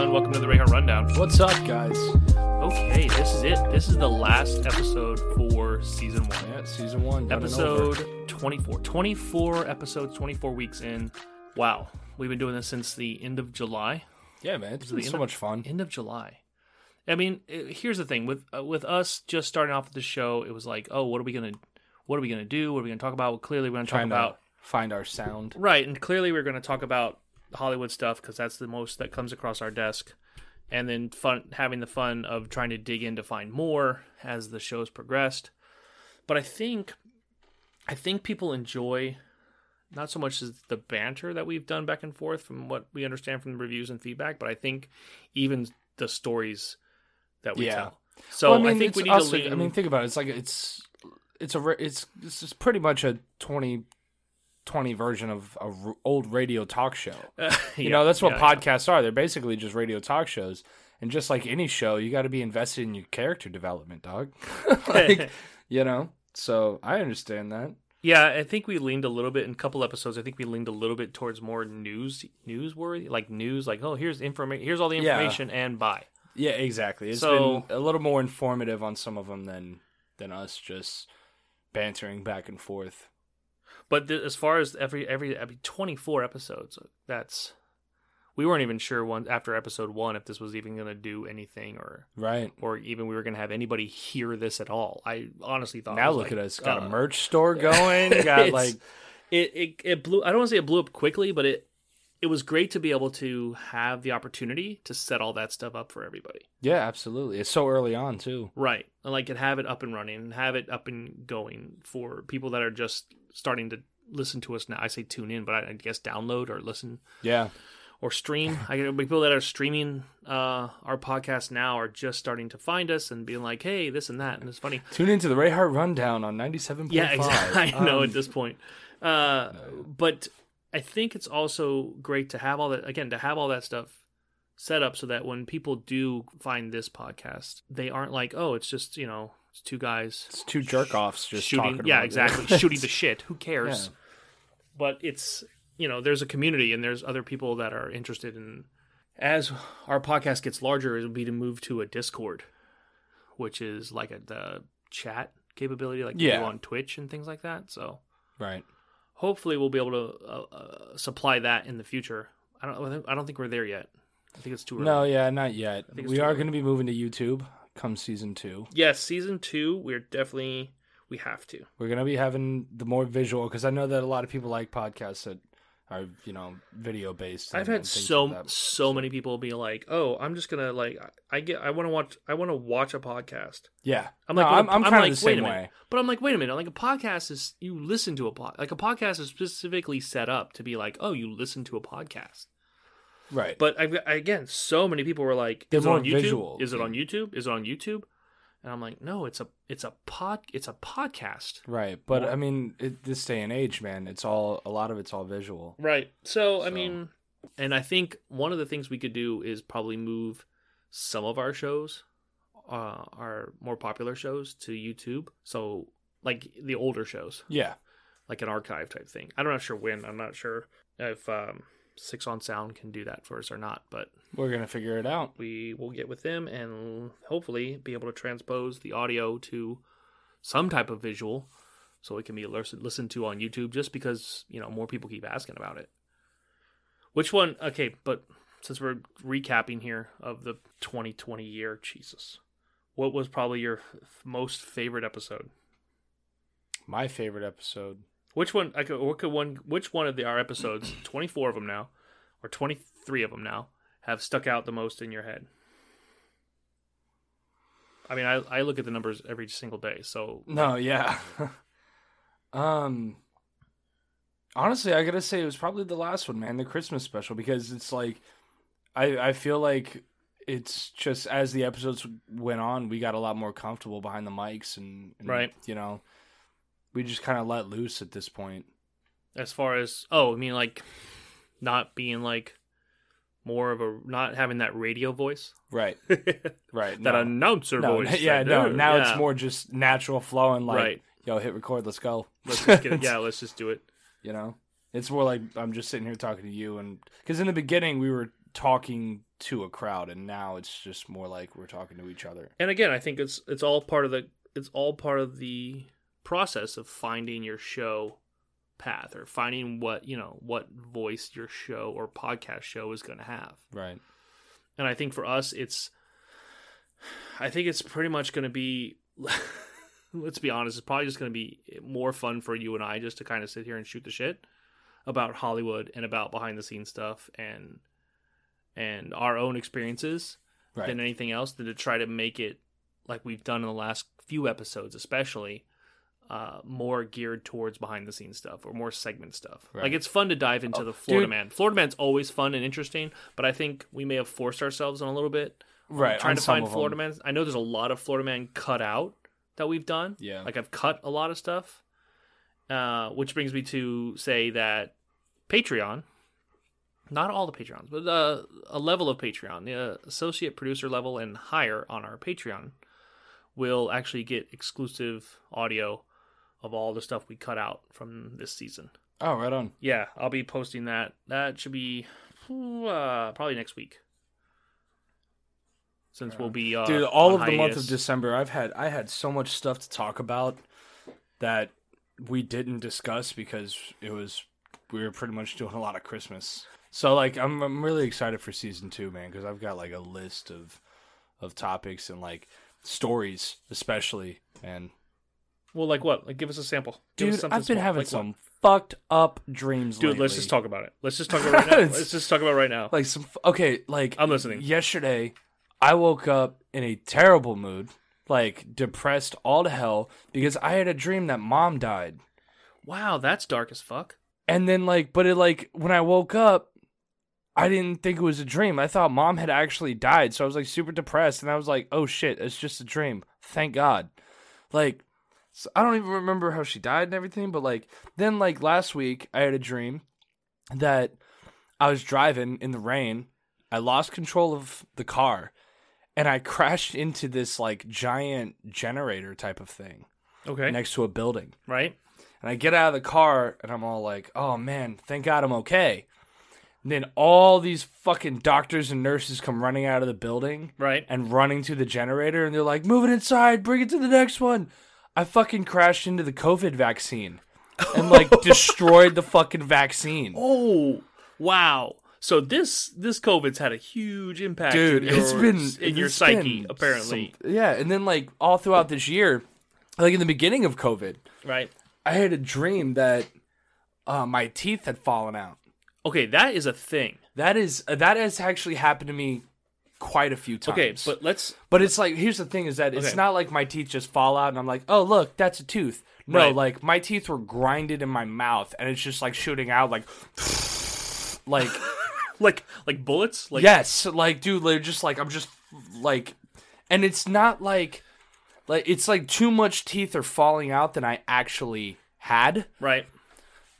Center Rundown. What's up, guys? Okay, this is it. This is the last episode for season one. Yeah, season one. done and episode over. 24. 24 episodes, 24 weeks in. Wow. We've been doing this since the end of July. Yeah, man, it's the been end so of- much fun. End of July. I mean, eh, here's the thing with uh, with us just starting off with the show, it was like, "Oh, what are we going to what are we going to do? What are we going to talk about?" Well, clearly we're going to talk Trying about to find our sound. Right, and clearly we're going to talk about Hollywood stuff because that's the most that comes across our desk, and then fun having the fun of trying to dig in to find more as the shows progressed. But I think, I think people enjoy not so much as the banter that we've done back and forth from what we understand from the reviews and feedback, but I think even the stories that we Yeah. tell. So Well, I, think it's we need us- to lean. I mean, think about it. It's like it's it's a re- it's this is pretty much a 20, 20 version of a r- old radio talk show. Uh, You know, that's what podcasts are. They're basically just radio talk shows. And just like any show, you got to be invested in your character development, dog. like, you know. So I understand that. Yeah, I think we leaned a little bit in a couple episodes. I think we leaned a little bit towards more news, newsworthy, like news, like oh, here's information, here's all the Yeah. information, and buy. Yeah, exactly. It's So- been a little more informative on some of them than than us just bantering back and forth. But th- as far as every every, every twenty four episodes, that's we weren't even sure one after episode one if this was even going to do anything or Right. or even we were going to have anybody hear this at all. I honestly thought now it was look like, at us. Got uh, a merch store going. Got It's- like it, it it blew i don't want to say it blew up quickly but it it was great to be able to have the opportunity to set all that stuff up for everybody Yeah, absolutely. It's so early on too. right and like and have it up and running and have it up and going for people that are just starting to listen to us now i say tune in but i, I guess download or listen Yeah. or stream i get people that are streaming uh our podcast now are just starting to find us and being like hey this and that and it's funny Tune into the Ray Hart rundown on ninety seven point Yeah, five. Um, exactly. I know at this point. Uh, But I think it's also great to have all that again to have all that stuff set up so that when people do find this podcast, they aren't like, oh, it's just you know, it's two guys It's two jerk offs just shooting. talking Yeah, about it. exactly. shooting the shit. Who cares? Yeah. But it's you know, there's a community and there's other people that are interested in. As our podcast gets larger, it'll be to move to a Discord, which is like a the chat capability, like you Yeah. do on Twitch and things like that. So Right. hopefully we'll be able to uh, uh, supply that in the future. I don't. I don't think we're there yet. I think it's too early. No, yeah, not yet. think it's We too are early. gonna be moving to YouTube come season two. Yes, season two. We're definitely we have to. We're gonna be having the more visual because I know that a lot of people like podcasts that are you know video based. I've had so so many people be like, "Oh, I'm just gonna like I I get I want to watch I want to watch a podcast." yeah. I'm No, like, I'm, well, I'm I'm kind like, of the wait a same minute. way. But I'm like, wait a minute. Like a podcast is you listen to a pod. Like a podcast is specifically set up to be like, oh, you listen to a podcast. Right. But I've, I- again, so many people were like, They're "Is it more on YouTube? visual. Is it on YouTube? Is it on YouTube?" And I'm like, "No, it's a it's a pod it's a podcast." right. But Well- I mean, it, this day and age, man, it's all a lot of it's all visual. Right. So, I So- mean, and I think one of the things we could do is probably move some of our shows, uh, our more popular shows, to YouTube. So, like the older shows, Yeah. like an archive type thing. I'm not sure when. I'm not sure if um, Six on Sound can do that for us or not, but We're gonna figure it out. we will get with them and hopefully be able to transpose the audio to some type of visual so it can be lis- listened to on YouTube just because, you know, more people keep asking about it. Which one? Okay, but since we're recapping here of the 2020 year, Jesus. What was probably your f- most favorite episode? My favorite episode. Which one? I could, what could one? Which one of the, our episodes, 24 of them now, or 23 of them now, have stuck out the most in your head? I mean, I, I look at the numbers every single day, so No, yeah. um honestly, I got to say it was probably the last one, man, the Christmas special because it's like I I feel like it's just as the episodes went on, we got a lot more comfortable behind the mics and, and Right. you know, we just kind of let loose at this point. as far as oh, I mean, like not being like more of a not having that radio voice, Right. that Right. announcer no, voice. yeah, that- no. Now yeah. it's more just natural flow and like, Right. yo, hit record, let's go. Let's just get it. Yeah, let's just do it. You know, it's more like I'm just sitting here talking to you, and because in the beginning we were talking to a crowd, and now it's just more like we're talking to each other. And again, I think it's it's all part of the it's all part of the process of finding your show path or finding what you know what voice your show or podcast show is going to have Right. and i think for us it's i think it's pretty much going to be let's be honest it's probably just going to be more fun for you and i just to kind of sit here and shoot the shit about hollywood and about behind the scenes stuff and and our own experiences Right. than anything else than to try to make it like we've done in the last few episodes especially uh, more geared towards behind the scenes stuff or more segment stuff Right. Oh, like it's fun to dive into the florida dude. man florida man's always fun and interesting but i think we may have forced ourselves on a little bit right. trying on to some find of 'em. florida man i know there's a lot of florida man cut out that we've done Yeah. like i've cut a lot of stuff uh, which brings me to say that patreon not all the Patreons, but uh, a level of Patreon, the associate producer level and higher on our Patreon, will actually get exclusive audio of all the stuff we cut out from this season. oh, right on. Yeah, I'll be posting that. That should be uh, probably next week, since we'll be uh, Dude, all on of the month of hiatus. December, I've had I had so much stuff to talk about that we didn't discuss because it was we were pretty much doing a lot of Christmas. So like I'm I'm really excited for season 2, man, cuz I've got like a list of of topics and like stories especially and Well, like what? Like, give us a sample. Give us dude, something I've been small. having Like some what? fucked up dreams Dude, let's just talk about it. Let's just talk about it right now. Let's just talk about it right now. like some f- okay, like I'm listening. Yesterday, I woke up in a terrible mood, like depressed all to hell because I had a dream that mom died. Wow, that's dark as fuck. And then like but it like when I woke up, I didn't think it was a dream. I thought mom had actually died. So I was like super depressed and I was like, "Oh shit, it's just a dream. Thank God." Like so I don't even remember how she died and everything, but like then like last week I had a dream that I was driving in the rain. I lost control of the car and I crashed into this like giant generator type of thing Okay, next to a building. right? And I get out of the car and I'm all like, oh man, thank God I'm okay. And then all these fucking doctors and nurses come running out of the building Right. and running to the generator and they're like, move it inside, bring it to the next one. I fucking crashed into the COVID vaccine and like destroyed the fucking vaccine. Oh wow! So this this COVID's had a huge impact, dude In your, it's been in your it's psyche, been apparently, some- yeah and then like all throughout this year like in the beginning of covid right? i had a dream that uh, my teeth had fallen out Okay, that is a thing. that is uh, that has actually happened to me quite a few times Okay, but let's but it's like here's the thing is that it's Okay. not like my teeth just fall out and i'm like oh look that's a tooth no Right. like my teeth were grinded in my mouth and it's just like shooting out like like like like bullets, like yes like dude they're just like i'm just like and it's not like like it's like too much teeth are falling out than i actually had right.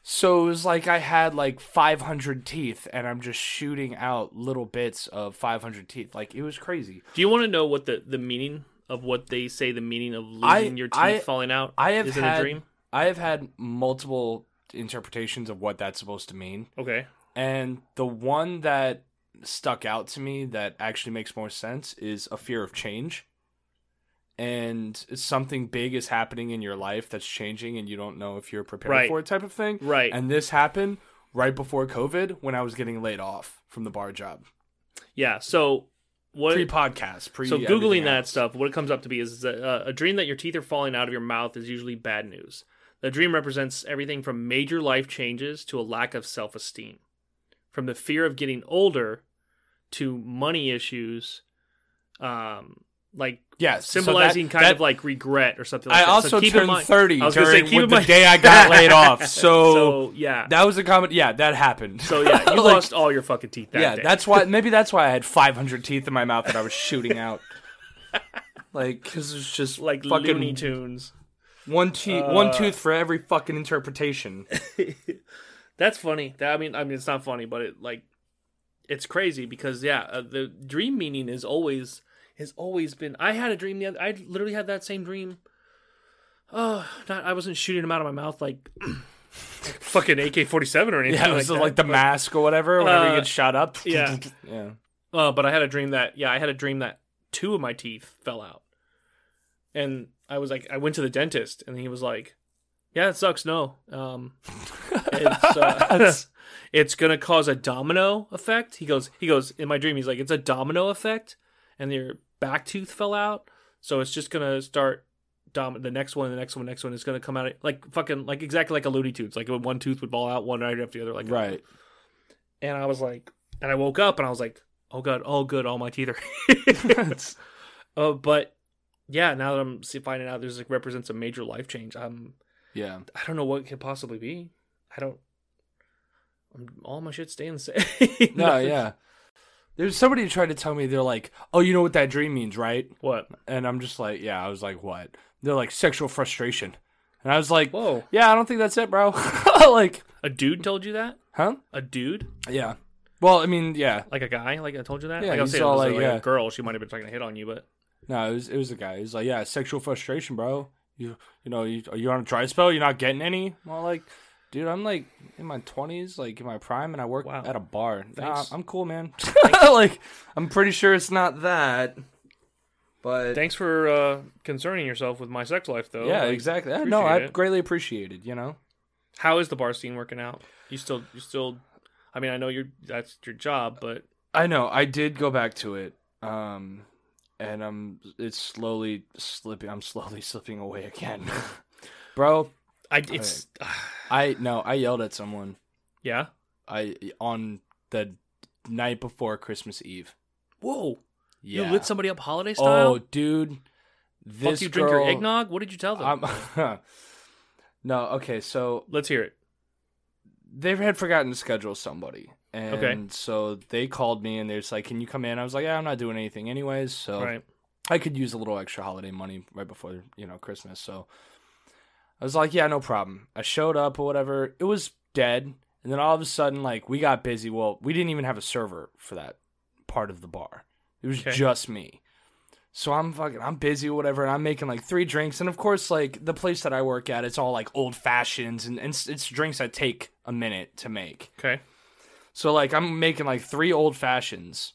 so it was like i had like 500 teeth and i'm just shooting out little bits of 500 teeth like it was crazy Do you want to know what the the meaning of what they say the meaning of losing I- your teeth I- falling out i have is in had a dream? i have had multiple interpretations of what that's supposed to mean Okay, and the one that stuck out to me that actually makes more sense is a fear of change and something big is happening in your life that's changing and you don't know if you're prepared Right. for it type of thing Right. and this happened right before covid when i was getting laid off from the bar job yeah. So what? pre-podcast pre so googling everything that else. stuff, what it comes up to be is that, uh, a dream that your teeth are falling out of your mouth is usually bad news. The dream represents everything from major life changes to a lack of self-esteem, from the fear of getting older to money issues, um, like yes so that- symbolizing kind that- of like regret or something. like i that. also so keep in turned mind- 30 I was gonna during say, keep in with the mind- day i got laid off so, so yeah, that was a comment yeah that happened so yeah, you Like- lost all your fucking teeth that yeah, day. that's why. Maybe that's why I had 500 teeth in my mouth that I was shooting out. like, because it's just like fucking Looney Tunes. Uh, one tooth, one tooth for every fucking interpretation. That's funny. That, I mean, I mean, it's not funny, but it like, it's crazy because yeah, uh, the dream meaning is always has always been. I had a dream the other. I literally had that same dream. Oh, not I wasn't shooting them out of my mouth like fucking AK forty seven or anything. Yeah, it like, was that, like the but- mask or whatever. Whenever Uh, you get shot up. yeah. yeah. Uh, but I had a dream that yeah, I had a dream that two of my teeth fell out, and I was like, I went to the dentist, and he was like, "Yeah, it sucks. No, um, it's uh, it's gonna cause a domino effect." He goes, he goes in my dream. He's like, "It's a domino effect, and your back tooth fell out, so it's just gonna start." Dom- the next one, the next one, next one is gonna come out like fucking like exactly like a Looney Tunes. Like when one tooth would fall out one right after the other, like Right. and I was like, and I woke up and I was like, oh god, oh good, all my teeth are. uh, but yeah, now that I'm see- finding out this like, represents a major life change, I'm Yeah. I don't know what it could possibly be. I don't. I'm, all my shit's staying the same. No. Yeah. There's somebody tried to tell me they're like, oh, you know what that dream means, right? What? And I'm just like, yeah. I was like, what? They're like sexual frustration, and I was like, Whoa! yeah, I don't think that's it, bro. like, A dude told you that? huh? A dude? Yeah. Well, I mean, yeah. Like a guy? Like I told you that? Yeah, like I was he's saying, all it was, like, like, yeah. a girl. She might have been trying to hit on you, but No, it was it was a guy. He's like, yeah, sexual frustration, bro. You you know, you are you on a dry spell? You're not getting any? Well, like, dude, I'm like in my twenties, like in my prime, and I work Wow. at a bar. Nah, Thanks. I'm cool, man. like, I'm pretty sure it's not that. But thanks for uh, concerning yourself with my sex life, though. yeah, Like, exactly. Yeah, no, I appreciate it. greatly appreciated. You know, How is the bar scene working out? You still, you still. I mean, I know you're that's your job, but I know I did go back to it, um, and I'm it's slowly slipping. I'm slowly slipping away again, bro. I it's I no, I yelled at someone. yeah. I on the night before Christmas Eve. Whoa, Yeah. you lit somebody up holiday style. oh, dude. This Fuck you, girl, drink your eggnog. What did you tell them? I'm, no, okay. So Let's hear it. they had forgotten to schedule somebody, and Okay. so they called me and they're just like, "Can you come in?" I was like, "Yeah, I'm not doing anything anyways." So All right. I could use a little extra holiday money right before you know Christmas. So I was like, yeah, no problem. I showed up or whatever. It was dead, and then all of a sudden, like we got busy. Well, we didn't even have a server for that part of the bar. It was Okay. just me. So I'm fucking I'm busy or whatever, and I'm making like three drinks, and of course, like the place that I work at, it's all like old fashions, and, and it's, it's drinks that take a minute to make. Okay. So like I'm making like three old fashions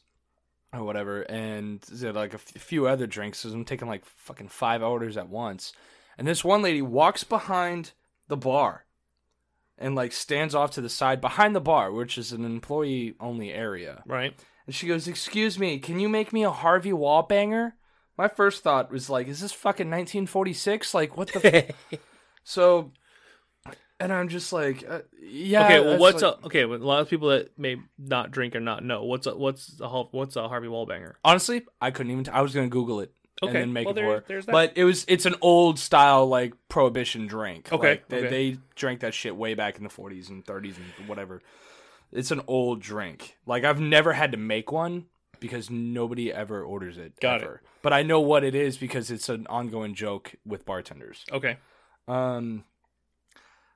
or whatever, and is it, like a f- few other drinks. So I'm taking like fucking five orders at once, and this one lady walks behind the bar, and like stands off to the side behind the bar, which is an employee only area, Right. and she goes, "Excuse me, can you make me a Harvey Wallbanger?" My first thought was like, "Is this fucking 1946? Like what the?" f-? so. And I'm just like, uh, yeah. okay. Well, that's, what's like- a okay? well, A lot of people that may not drink or not know what's a what's a Har- what's a Harvey Wallbanger. Honestly, I couldn't even. T- I was gonna Google it Okay, and then make well, it there- for. her. there's that. But it was it's an old style like prohibition drink. Okay, Like, they, okay. they drank that shit way back in the 40s and 30s and whatever. It's an old drink. Like I've never had to make one because nobody ever orders it. Got it. ever. But I know what it is because it's an ongoing joke with bartenders. Okay. Um,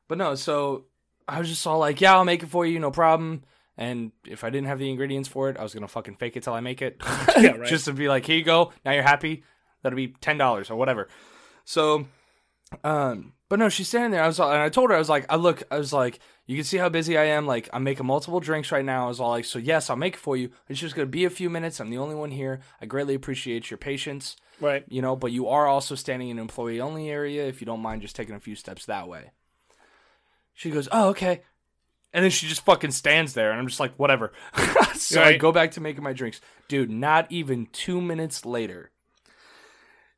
but no, so I was just all like, yeah, I'll make it for you, no problem. And if I didn't have the ingredients for it, I was gonna fucking fake it till I make it, Yeah, right. just to be like, here you go, now you're happy. That'll be ten dollars or whatever. So, um, but no, she's standing there. I was, all, and I told her, I was like, I look, I was like, you can see how busy I am. Like, I'm making multiple drinks right now. I was all like, so yes, I'll make it for you. It's just gonna be a few minutes. I'm the only one here. I greatly appreciate your patience Right. you know, but you are also standing in an employee only area if you don't mind just taking a few steps that way. She goes, Oh, okay. And then she just fucking stands there, and I'm just like, Whatever. so I Right. go back to making my drinks. Dude, not even two minutes later,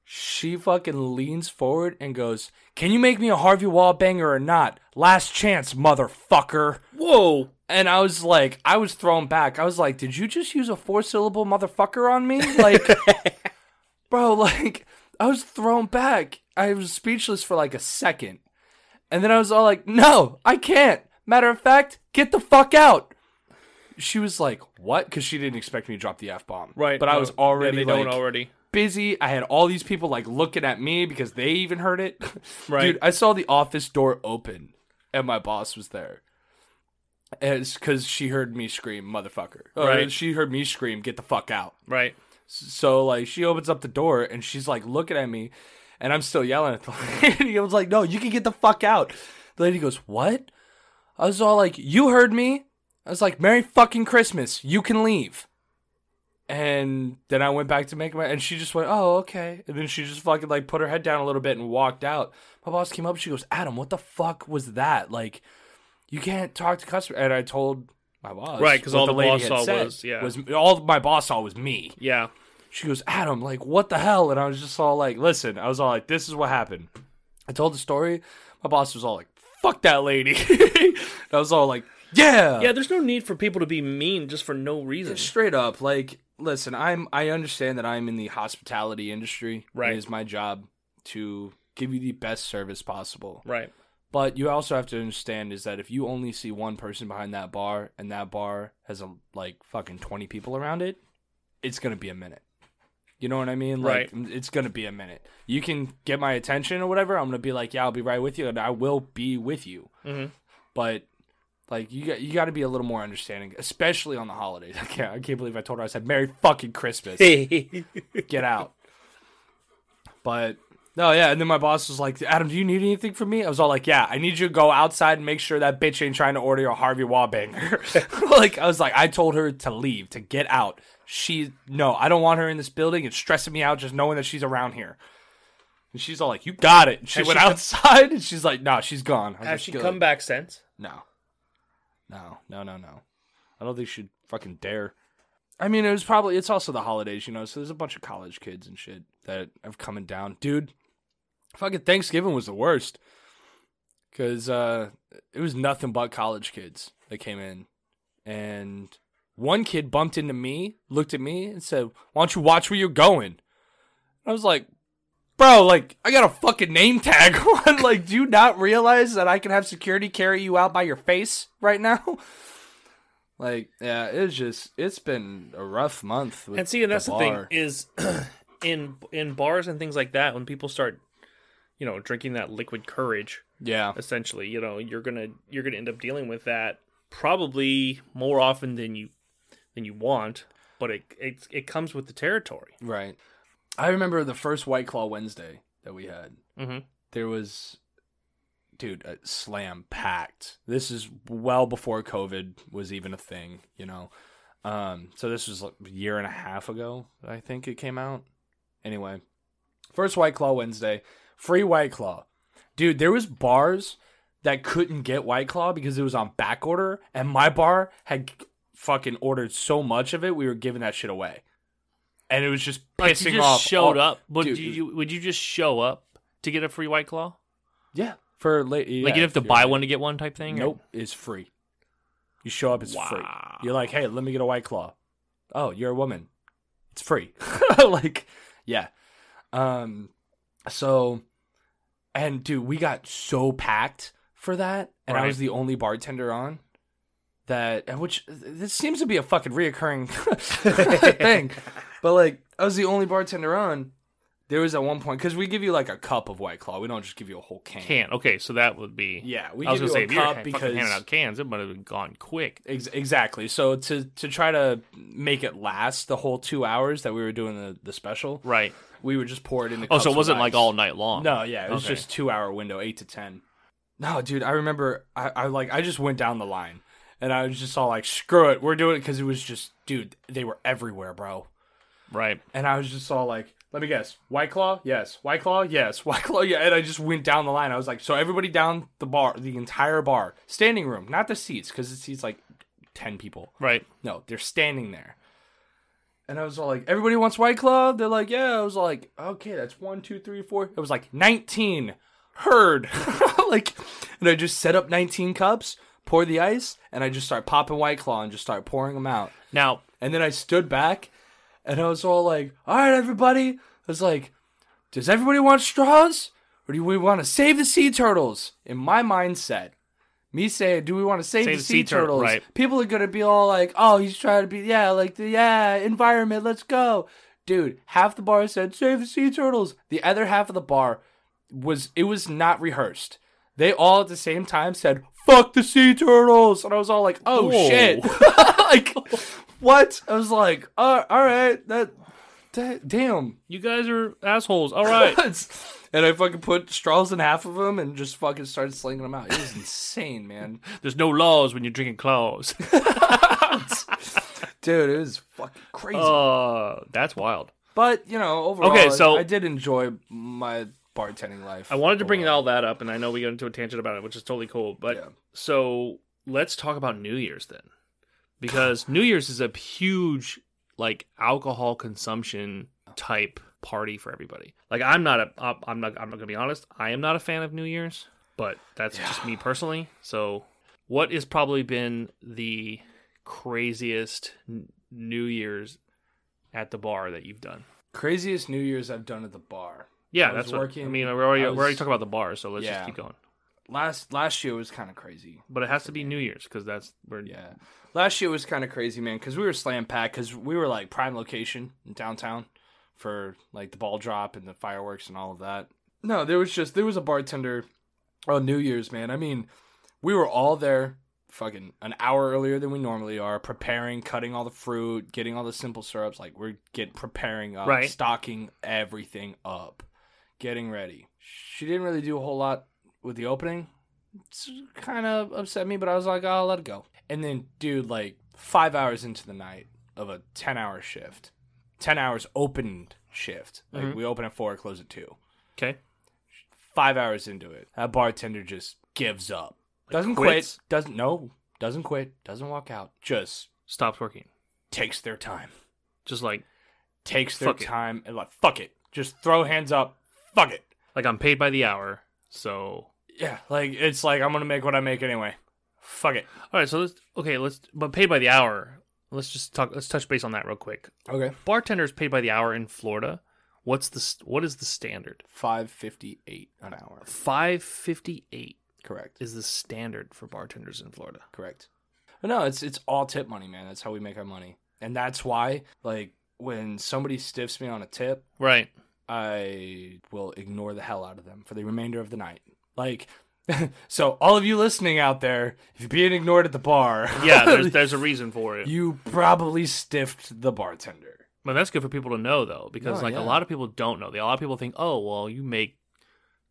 she fucking leans forward and goes, Can you make me a Harvey Wallbanger or not? Last chance, motherfucker. Whoa. And I was like, I was thrown back. I was like, did you just use a four syllable motherfucker on me? Like, bro, like, I was thrown back. I was speechless for like a second. And then I was all like, no, I can't. Matter of fact, get the fuck out. She was like, what? Because she didn't expect me to drop the F bomb. Right. But I no, was yeah, they already like, don't already. busy. I had all these people like looking at me because they even heard it. Right. Dude, I saw the office door open and my boss was there. And it's because she heard me scream, motherfucker. Or Right. She heard me scream, get the fuck out. Right. So like she opens up the door and she's like looking at me and I'm still yelling at the lady. I was like, no, you can get the fuck out. The lady goes, What? I was all like, You heard me. I was like, Merry fucking Christmas. You can leave. And then I went back to make my, and she just went, oh, okay. And then she just fucking like put her head down a little bit and walked out. My boss came up, she goes, Adam, what the fuck was that? Like, you can't talk to customers. And I told my boss, Right, 'cause what all the lady boss had saw said was- yeah. was all my boss saw was me. Yeah. She goes, Adam, like, what the hell? And I was just all like, listen, I was all like, this is what happened. I told the story. My boss was all like, fuck that lady. And I was all like, yeah, Yeah, there's no need for people to be mean just for no reason. straight up like listen i'm i understand that i'm in the hospitality industry Right. it is my job to give you the best service possible Right. but you also have to understand is that if you only see one person behind that bar and that bar has a, like fucking 20 people around it it's gonna be a minute you know what i mean like it's gonna be a minute you can get my attention or whatever i'm gonna be like yeah i'll be right with you and i will be with you Mhm. but like you got you got to be a little more understanding, especially on the holidays. I can't I can't believe I told her I said Merry fucking Christmas. Get out. But no, yeah, and then my boss was like, Adam, do you need anything from me? I was all like, Yeah, I need you to go outside and make sure that bitch ain't trying to order a Harvey Wallbanger. like I was like, I told her to leave, to get out. She no, I don't want her in this building. It's stressing me out just knowing that she's around here. And she's all like, You got it. And she Has went she come- outside and she's like, No, she's gone. I was Has like, she "Good." come back since? No. No, no, no, no. I don't think she'd fucking dare. I mean, it was probably, it's also the holidays, you know, so there's a bunch of college kids and shit that have coming down. Dude, fucking Thanksgiving was the worst. Because uh, it was nothing but college kids that came in. And one kid bumped into me, looked at me, and said, Why don't you watch where you're going? I was like, bro, like I got a fucking name tag on. Like, do you not realize that I can have security carry you out by your face right now? Like, yeah, it's just it's been a rough month. With And see, and that's the, thing bar. is in in bars and things like that when people start you know drinking that liquid courage Yeah, essentially, you know, you're going to you're going to end up dealing with that probably more often than you than you want, but it it it comes with the territory. right. I remember the first White Claw Wednesday that we had. Mhm. There was, dude, a slam packed. This is well before COVID was even a thing, you know. Um, so this was like a year and a half ago, I think it came out. Anyway, first White Claw Wednesday, free White Claw. Dude, there was bars that couldn't get White Claw because it was on back order, and my bar had fucking ordered so much of it, we were giving that shit away, and it was just pissing Like you just off. showed all- up. Would Dude, you would you just show up to get a free white claw? yeah, for late. like you'd have to buy one to get one type thing? or- Nope, it's free. You show up, it's free. Wow. You're like, hey, let me get a white claw. Oh, you're a woman. It's free. like, yeah. Um, so, and dude, we got so packed for that, and I Right. was the only bartender on. That which this seems to be a fucking reoccurring thing, but like I was the only bartender on. There was at one point because we give you like a cup of White Claw. We don't just give you a whole can. Can okay, so that would be Yeah, we I was give gonna say you a if you were cup fucking because handing out cans, it might have been gone quick. Ex- exactly. So to to try to make it last the whole two hours that we were doing the, the special, Right. we would just pour it into. Oh, cups so it of wasn't like ice. all night long. No, yeah, it was Okay. just two hour window, eight to ten. No, dude, I remember. I, I like I just went down the line, and I was just all like, "Screw it, we're doing it," because it was just, dude, they were everywhere, bro. Right. And I was just all like, let me guess. White Claw? Yes. White Claw? Yes. White Claw? Yeah. And I just went down the line. I was like, so everybody down the bar, the entire bar, standing room, not the seats, because it seats like 10 people. Right. No, they're standing there. And I was all like, everybody wants White Claw? They're like, yeah. I was like, okay, that's one, two, three, four. It was like 19. Heard. like, and I just set up 19 cups, pour the ice, and I just start popping White Claw and just start pouring them out. Now And then I stood back and I was all like, all right, everybody. I was like, does everybody want straws or do we want to save the sea turtles? In my mindset, me saying, do we want to save, the sea, tur- turtles? right. People are going to be all like, oh, he's trying to be, yeah, like, the, yeah, environment, let's go. Dude, half the bar said, save the sea turtles. The other half of the bar was, it was not rehearsed. They all at the same time said, fuck the sea turtles. And I was all like, oh, Whoa. shit. like, what? I was like, uh, all right, that Da- damn. You guys are assholes. All right. and I fucking put straws in half of them and just fucking started slinging them out. It was insane, man. There's no laws when you're drinking claws. Dude, it was fucking crazy. uh, that's wild. but, you know, overall, Okay, okay, so- so I did enjoy my bartending life. I wanted to bring all that up, and I know we got into a tangent about it, which is totally cool. But Yeah. so let's talk about New Year's then, because New Year's is a huge like alcohol consumption type party for everybody. Like I'm not a I'm- I'm not I'm not gonna be honest. I am not a fan of New Year's, but that's just me personally. So what has probably been the craziest n- New Year's at the bar that you've done? Craziest New Year's I've done at the bar. Yeah, I was that's what I working- mean. We're already, I we're already was- talking about the bar, so let's just Yeah. keep going. Last last year was kind of crazy. But it has to be New Year's because that's where. Yeah. Last year was kind of crazy, man, because we were slam packed because we were like prime location in downtown for like the ball drop and the fireworks and all of that. No, there was just, there was a bartender on Oh, New Year's, man. I mean, we were all there fucking an hour earlier than we normally are, preparing, cutting all the fruit, getting all the simple syrups. Like we're get preparing up, Right. stocking everything up, getting ready. She didn't really do a whole lot with the opening. It's kind of upset me, but I was like, I'll let it go. And then, dude, like five hours into the night of a ten-hour shift, ten hours open shift. Like Mhm. we open at four, close at two Okay. five hours into it, that bartender just gives up. Doesn't quits? quit. Doesn't no. Doesn't quit. Doesn't walk out. Just Stops working. takes their time. Just like Takes their Fuck it. time and like fuck it. Just throw hands up. Fuck it. like I'm paid by the hour. So Yeah, like it's like I'm gonna make what I make anyway. Fuck it. all right. So let's okay. Let's but paid by the hour. Let's just talk. Let's touch base on that real quick. Okay. Bartenders paid by the hour in Florida. What's the st- what is the standard? Five fifty eight an hour. Five fifty eight Correct. is the standard for bartenders in Florida. Correct. But no, it's it's all tip money, man. That's how we make our money, and that's why like when somebody stiffs me on a tip, Right. I will ignore the hell out of them for the remainder of the night. Like, so all of you listening out there, if you're being ignored at the bar, Yeah. There's there's a reason for it. you probably stiffed the bartender. But that's good for people to know though, because No, like Oh, yeah. a lot of people don't know. A lot of people think, oh well, you make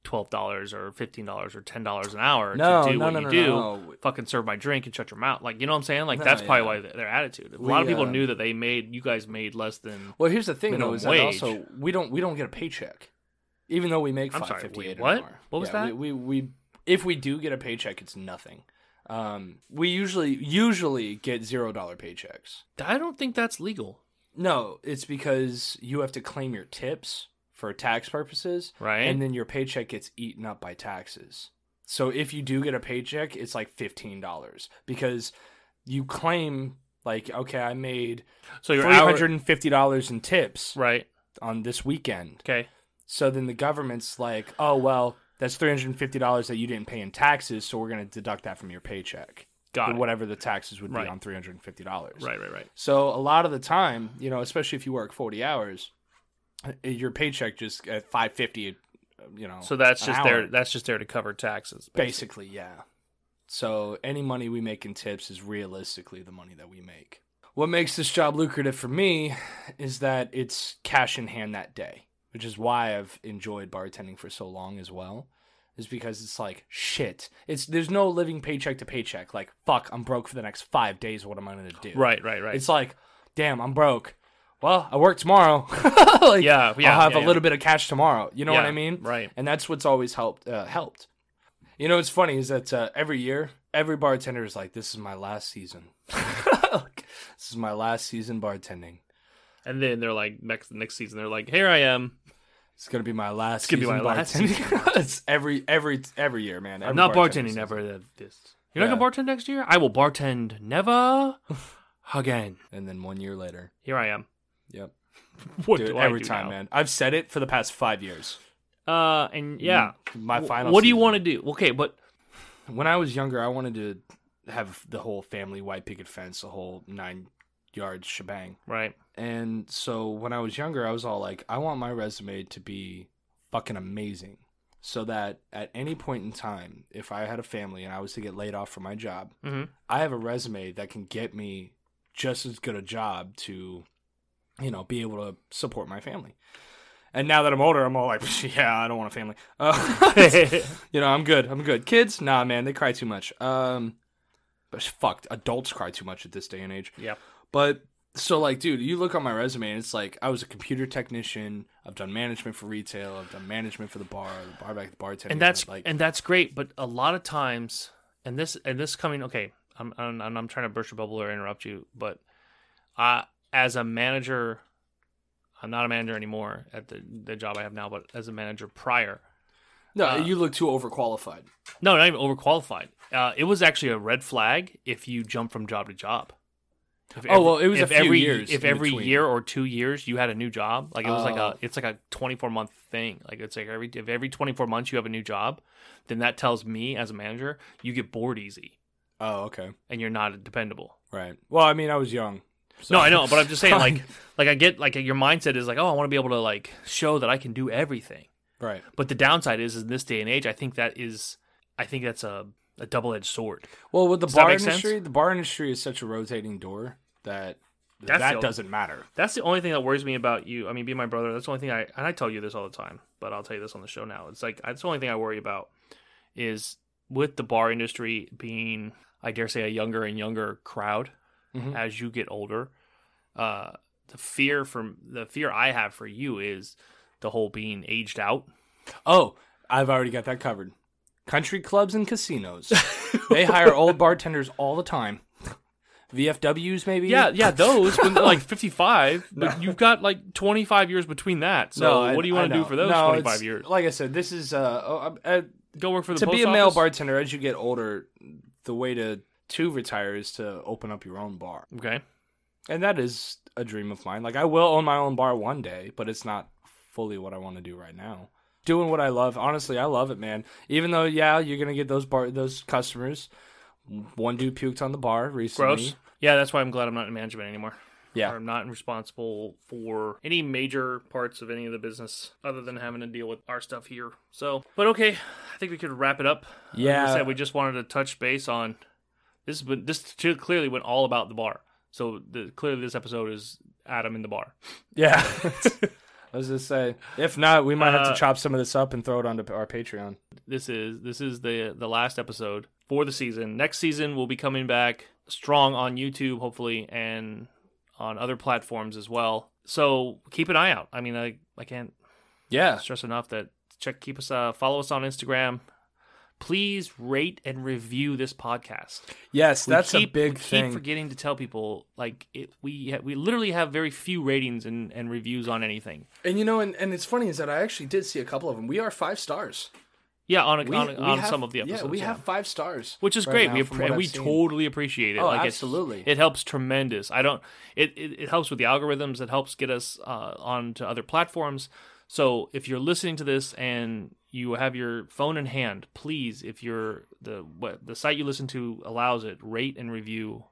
twelve dollars or fifteen dollars or ten dollars an hour No, to do no, what no, you no, do. no. Fucking serve my drink and shut your mouth. Like you know what I'm saying? Like No, that's probably why yeah. th- their attitude. A We, lot of people uh, knew that they made you guys made less than. Well, here's the thing though: Minimum is that wage. also we don't we don't get a paycheck, even though we make I'm sorry, five fifty eight. wait, what? An hour. What was Yeah, that? We, we we if we do get a paycheck, it's nothing. Um, we usually usually get zero dollar paychecks. I don't think that's legal, No, it's because you have to claim your tips for tax purposes, right? and then your paycheck gets eaten up by taxes. So if you do get a paycheck, it's like fifteen dollars because you claim like, okay, I made so three your hour, hundred and fifty dollars in tips right? on this weekend. Okay, So then the government's like, oh well, that's three hundred and fifty dollars that you didn't pay in taxes, so we're gonna deduct that from your paycheck, got or it. whatever the taxes would Right. be on three hundred and fifty dollars. Right, right, right. So a lot of the time, you know, especially if you work 40 hours, uh, your paycheck just at 550, uh, you know. So that's an just hour, there. That's just there to cover taxes. basically, yeah. So any money we make in tips is realistically the money that we make. What makes this job lucrative for me is that it's cash in hand that day, which is why I've enjoyed bartending for so long as well. Is because it's like shit. It's there's no living paycheck to paycheck. Like fuck, I'm broke for the next five days. What am I gonna do? Right, right, right. It's like, damn, I'm broke. Well, I work tomorrow. Like, yeah, yeah. I'll have yeah, a yeah. little bit of cash tomorrow. You know what Yeah, I mean? Right. And that's what's always helped. Uh, helped. You know, what's funny is that uh, every year, every bartender is like, "This is my last season. Like, this is my last season bartending. And then they're like next next season. They're like, here I am. It's gonna be my last gonna be season my last bartending. it's every every every year, man. I'm Every not bartender bartending says ever at this. You're not Yeah. gonna bartend next year? I will bartend never again. that. And then one year later, Here I am. yep. What Dude, do I every do time, now? man. I've said it for the past five years. Uh, and yeah, Mm, My Wh- final. What do you season. want to do? Okay, but when I was younger, I wanted to have the whole family white picket fence, the whole nine yard shebang. right, And so when I was younger, I was all like, I want my resume to be fucking amazing. So that at any point in time, if I had a family and I was to get laid off from my job, Mhm. I have a resume that can get me just as good a job to you know, be able to support my family. And now that I'm older, I'm all like, yeah, I don't want a family. Uh, you know, I'm good. I'm good. Kids, nah, man, they cry too much. Um, but fucked, adults cry too much at this day and age. Yeah. But so, like, dude, you look on my resume, and it's like I was a computer technician. I've done management for retail. I've done management for the bar, the bar back, the bartender. and that's like, and that's great. But a lot of times, and this and this coming, okay, I'm I'm, I'm trying to burst your bubble or interrupt you, but I as a manager, I'm not a manager anymore at the the job I have now, but as a manager prior, no, uh, you look too overqualified. no, not even overqualified. Uh, it was actually a red flag if you jump from job to job. If Oh, well, it was a if few every, years If in every between. year or two years you had a new job, like it was like a Oh. it's like a twenty four month thing. Like it's like every if every twenty four months you have a new job, then that tells me as a manager you get bored easy Oh, okay, and you're not dependable. right. Well, I mean, I was young. so- No, I know, but I'm just saying like like I get like your mindset is like oh I want to be able to like show that I can do everything. right. But the downside is, in this day and age, I think that is, I think that's a, a double edged sword. Well, with the Does that bar make sense? industry, the bar industry is such a rotating door that That's that the- doesn't matter. That's the only thing that worries me about you. I mean, being my brother, that's the only thing I, and I tell you this all the time, but I'll tell you this on the show now. It's like, that's the only thing I worry about is with the bar industry being, I dare say, a younger and younger crowd Mhm. as you get older. Uh, the fear from the fear I have for you is the whole being aged out. Oh, I've already got that covered. Country clubs and casinos. they hire old bartenders all the time. VFWs maybe? Yeah, yeah, those when they're like 55, but you've got like 25 years between that. So I- what do you I want to do know. for those No, 25 it's- years? Like I said, this is uh, oh, uh Go work for the to post be a male office? bartender as you get older, the way to to retire is to open up your own bar. Okay. And that is a dream of mine. Like I will own my own bar one day, but it's not fully what I want to do right now. Doing what I love, honestly, I love it, man. Even though, yeah, you're gonna get those bar those customers. One dude puked on the bar recently. Gross. Yeah, that's why I'm glad I'm not in management anymore. Yeah. Or I'm not responsible for any major parts of any of the business other than having to deal with our stuff here. So, but okay, I think we could wrap it up. Like I Yeah. said, we just wanted to touch base on this. But this too clearly went all about the bar. So the, clearly, this episode is Adam in the bar. Yeah. I was just say, if not, we might have Uh, to chop some of this up and throw it onto our Patreon. this is this is the the last episode for the season. Next season we'll be coming back strong on YouTube hopefully and on other platforms as well. So keep an eye out. I mean I I can't Yeah. stress enough that check keep us uh, follow us on Instagram. Please rate and review this podcast. Yes, We that's keep, a big we thing. Keep forgetting to tell people like it, we ha- we literally have very few ratings and, and reviews on anything. and you know, and, and it's funny is that I actually did see a couple of them. We are five stars. Yeah, on a, We- on, a- we on have- some of the episodes. Yeah, we have five stars. which is right great. now we from appre- what and I've we seen. totally appreciate it. Oh, like it's- absolutely. it helps tremendous. I don't. It, it it helps with the algorithms. It helps get us uh, onto other platforms. So if you're listening to this and you have your phone in hand, please, if you're the what the site you listen to allows it, rate and review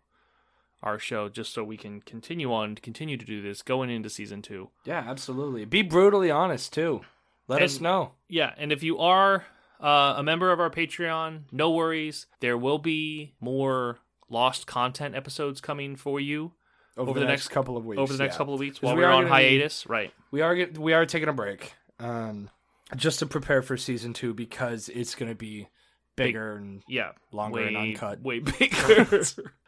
our show just so we can continue on continue to do this going into season two. Yeah, absolutely. Be brutally honest too. Let us And- know. yeah and if you are uh, a member of our patreon no worries there will be more lost content episodes coming for you Over, the next- couple of weeks. over the next yeah. couple of weeks 'Cause while we we are are on gonna be- hiatus right we are get, we are taking a break, um, just to prepare for season two because it's going to be bigger and yeah longer and uncut. way bigger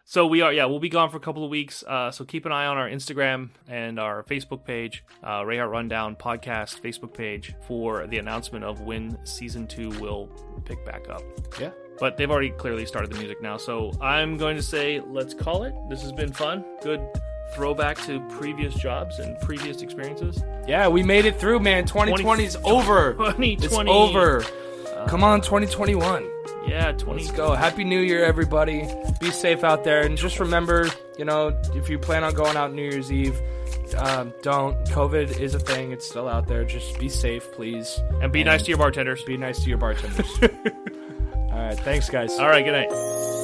so we are yeah we'll be gone for a couple of weeks uh, so keep an eye on our instagram and our facebook page uh, ray Hart rundown podcast facebook page for the announcement of when season two will pick back up yeah. but they've already clearly started the music now. So I'm going to say, let's call it. This has been fun. Good throwback to previous jobs and previous experiences. Yeah, we made it through, man. 2020 is over. 2020. It's over. Uh, Come on, 2021. Yeah, 20. Let's go. Happy New Year, everybody. Be safe out there. And just remember, you know, if you plan on going out New Year's Eve, um, don't. COVID is a thing, it's still out there. Just be safe, please. And be nice to your bartenders. Be nice to your bartenders. All right. Thanks, guys. All right, good night.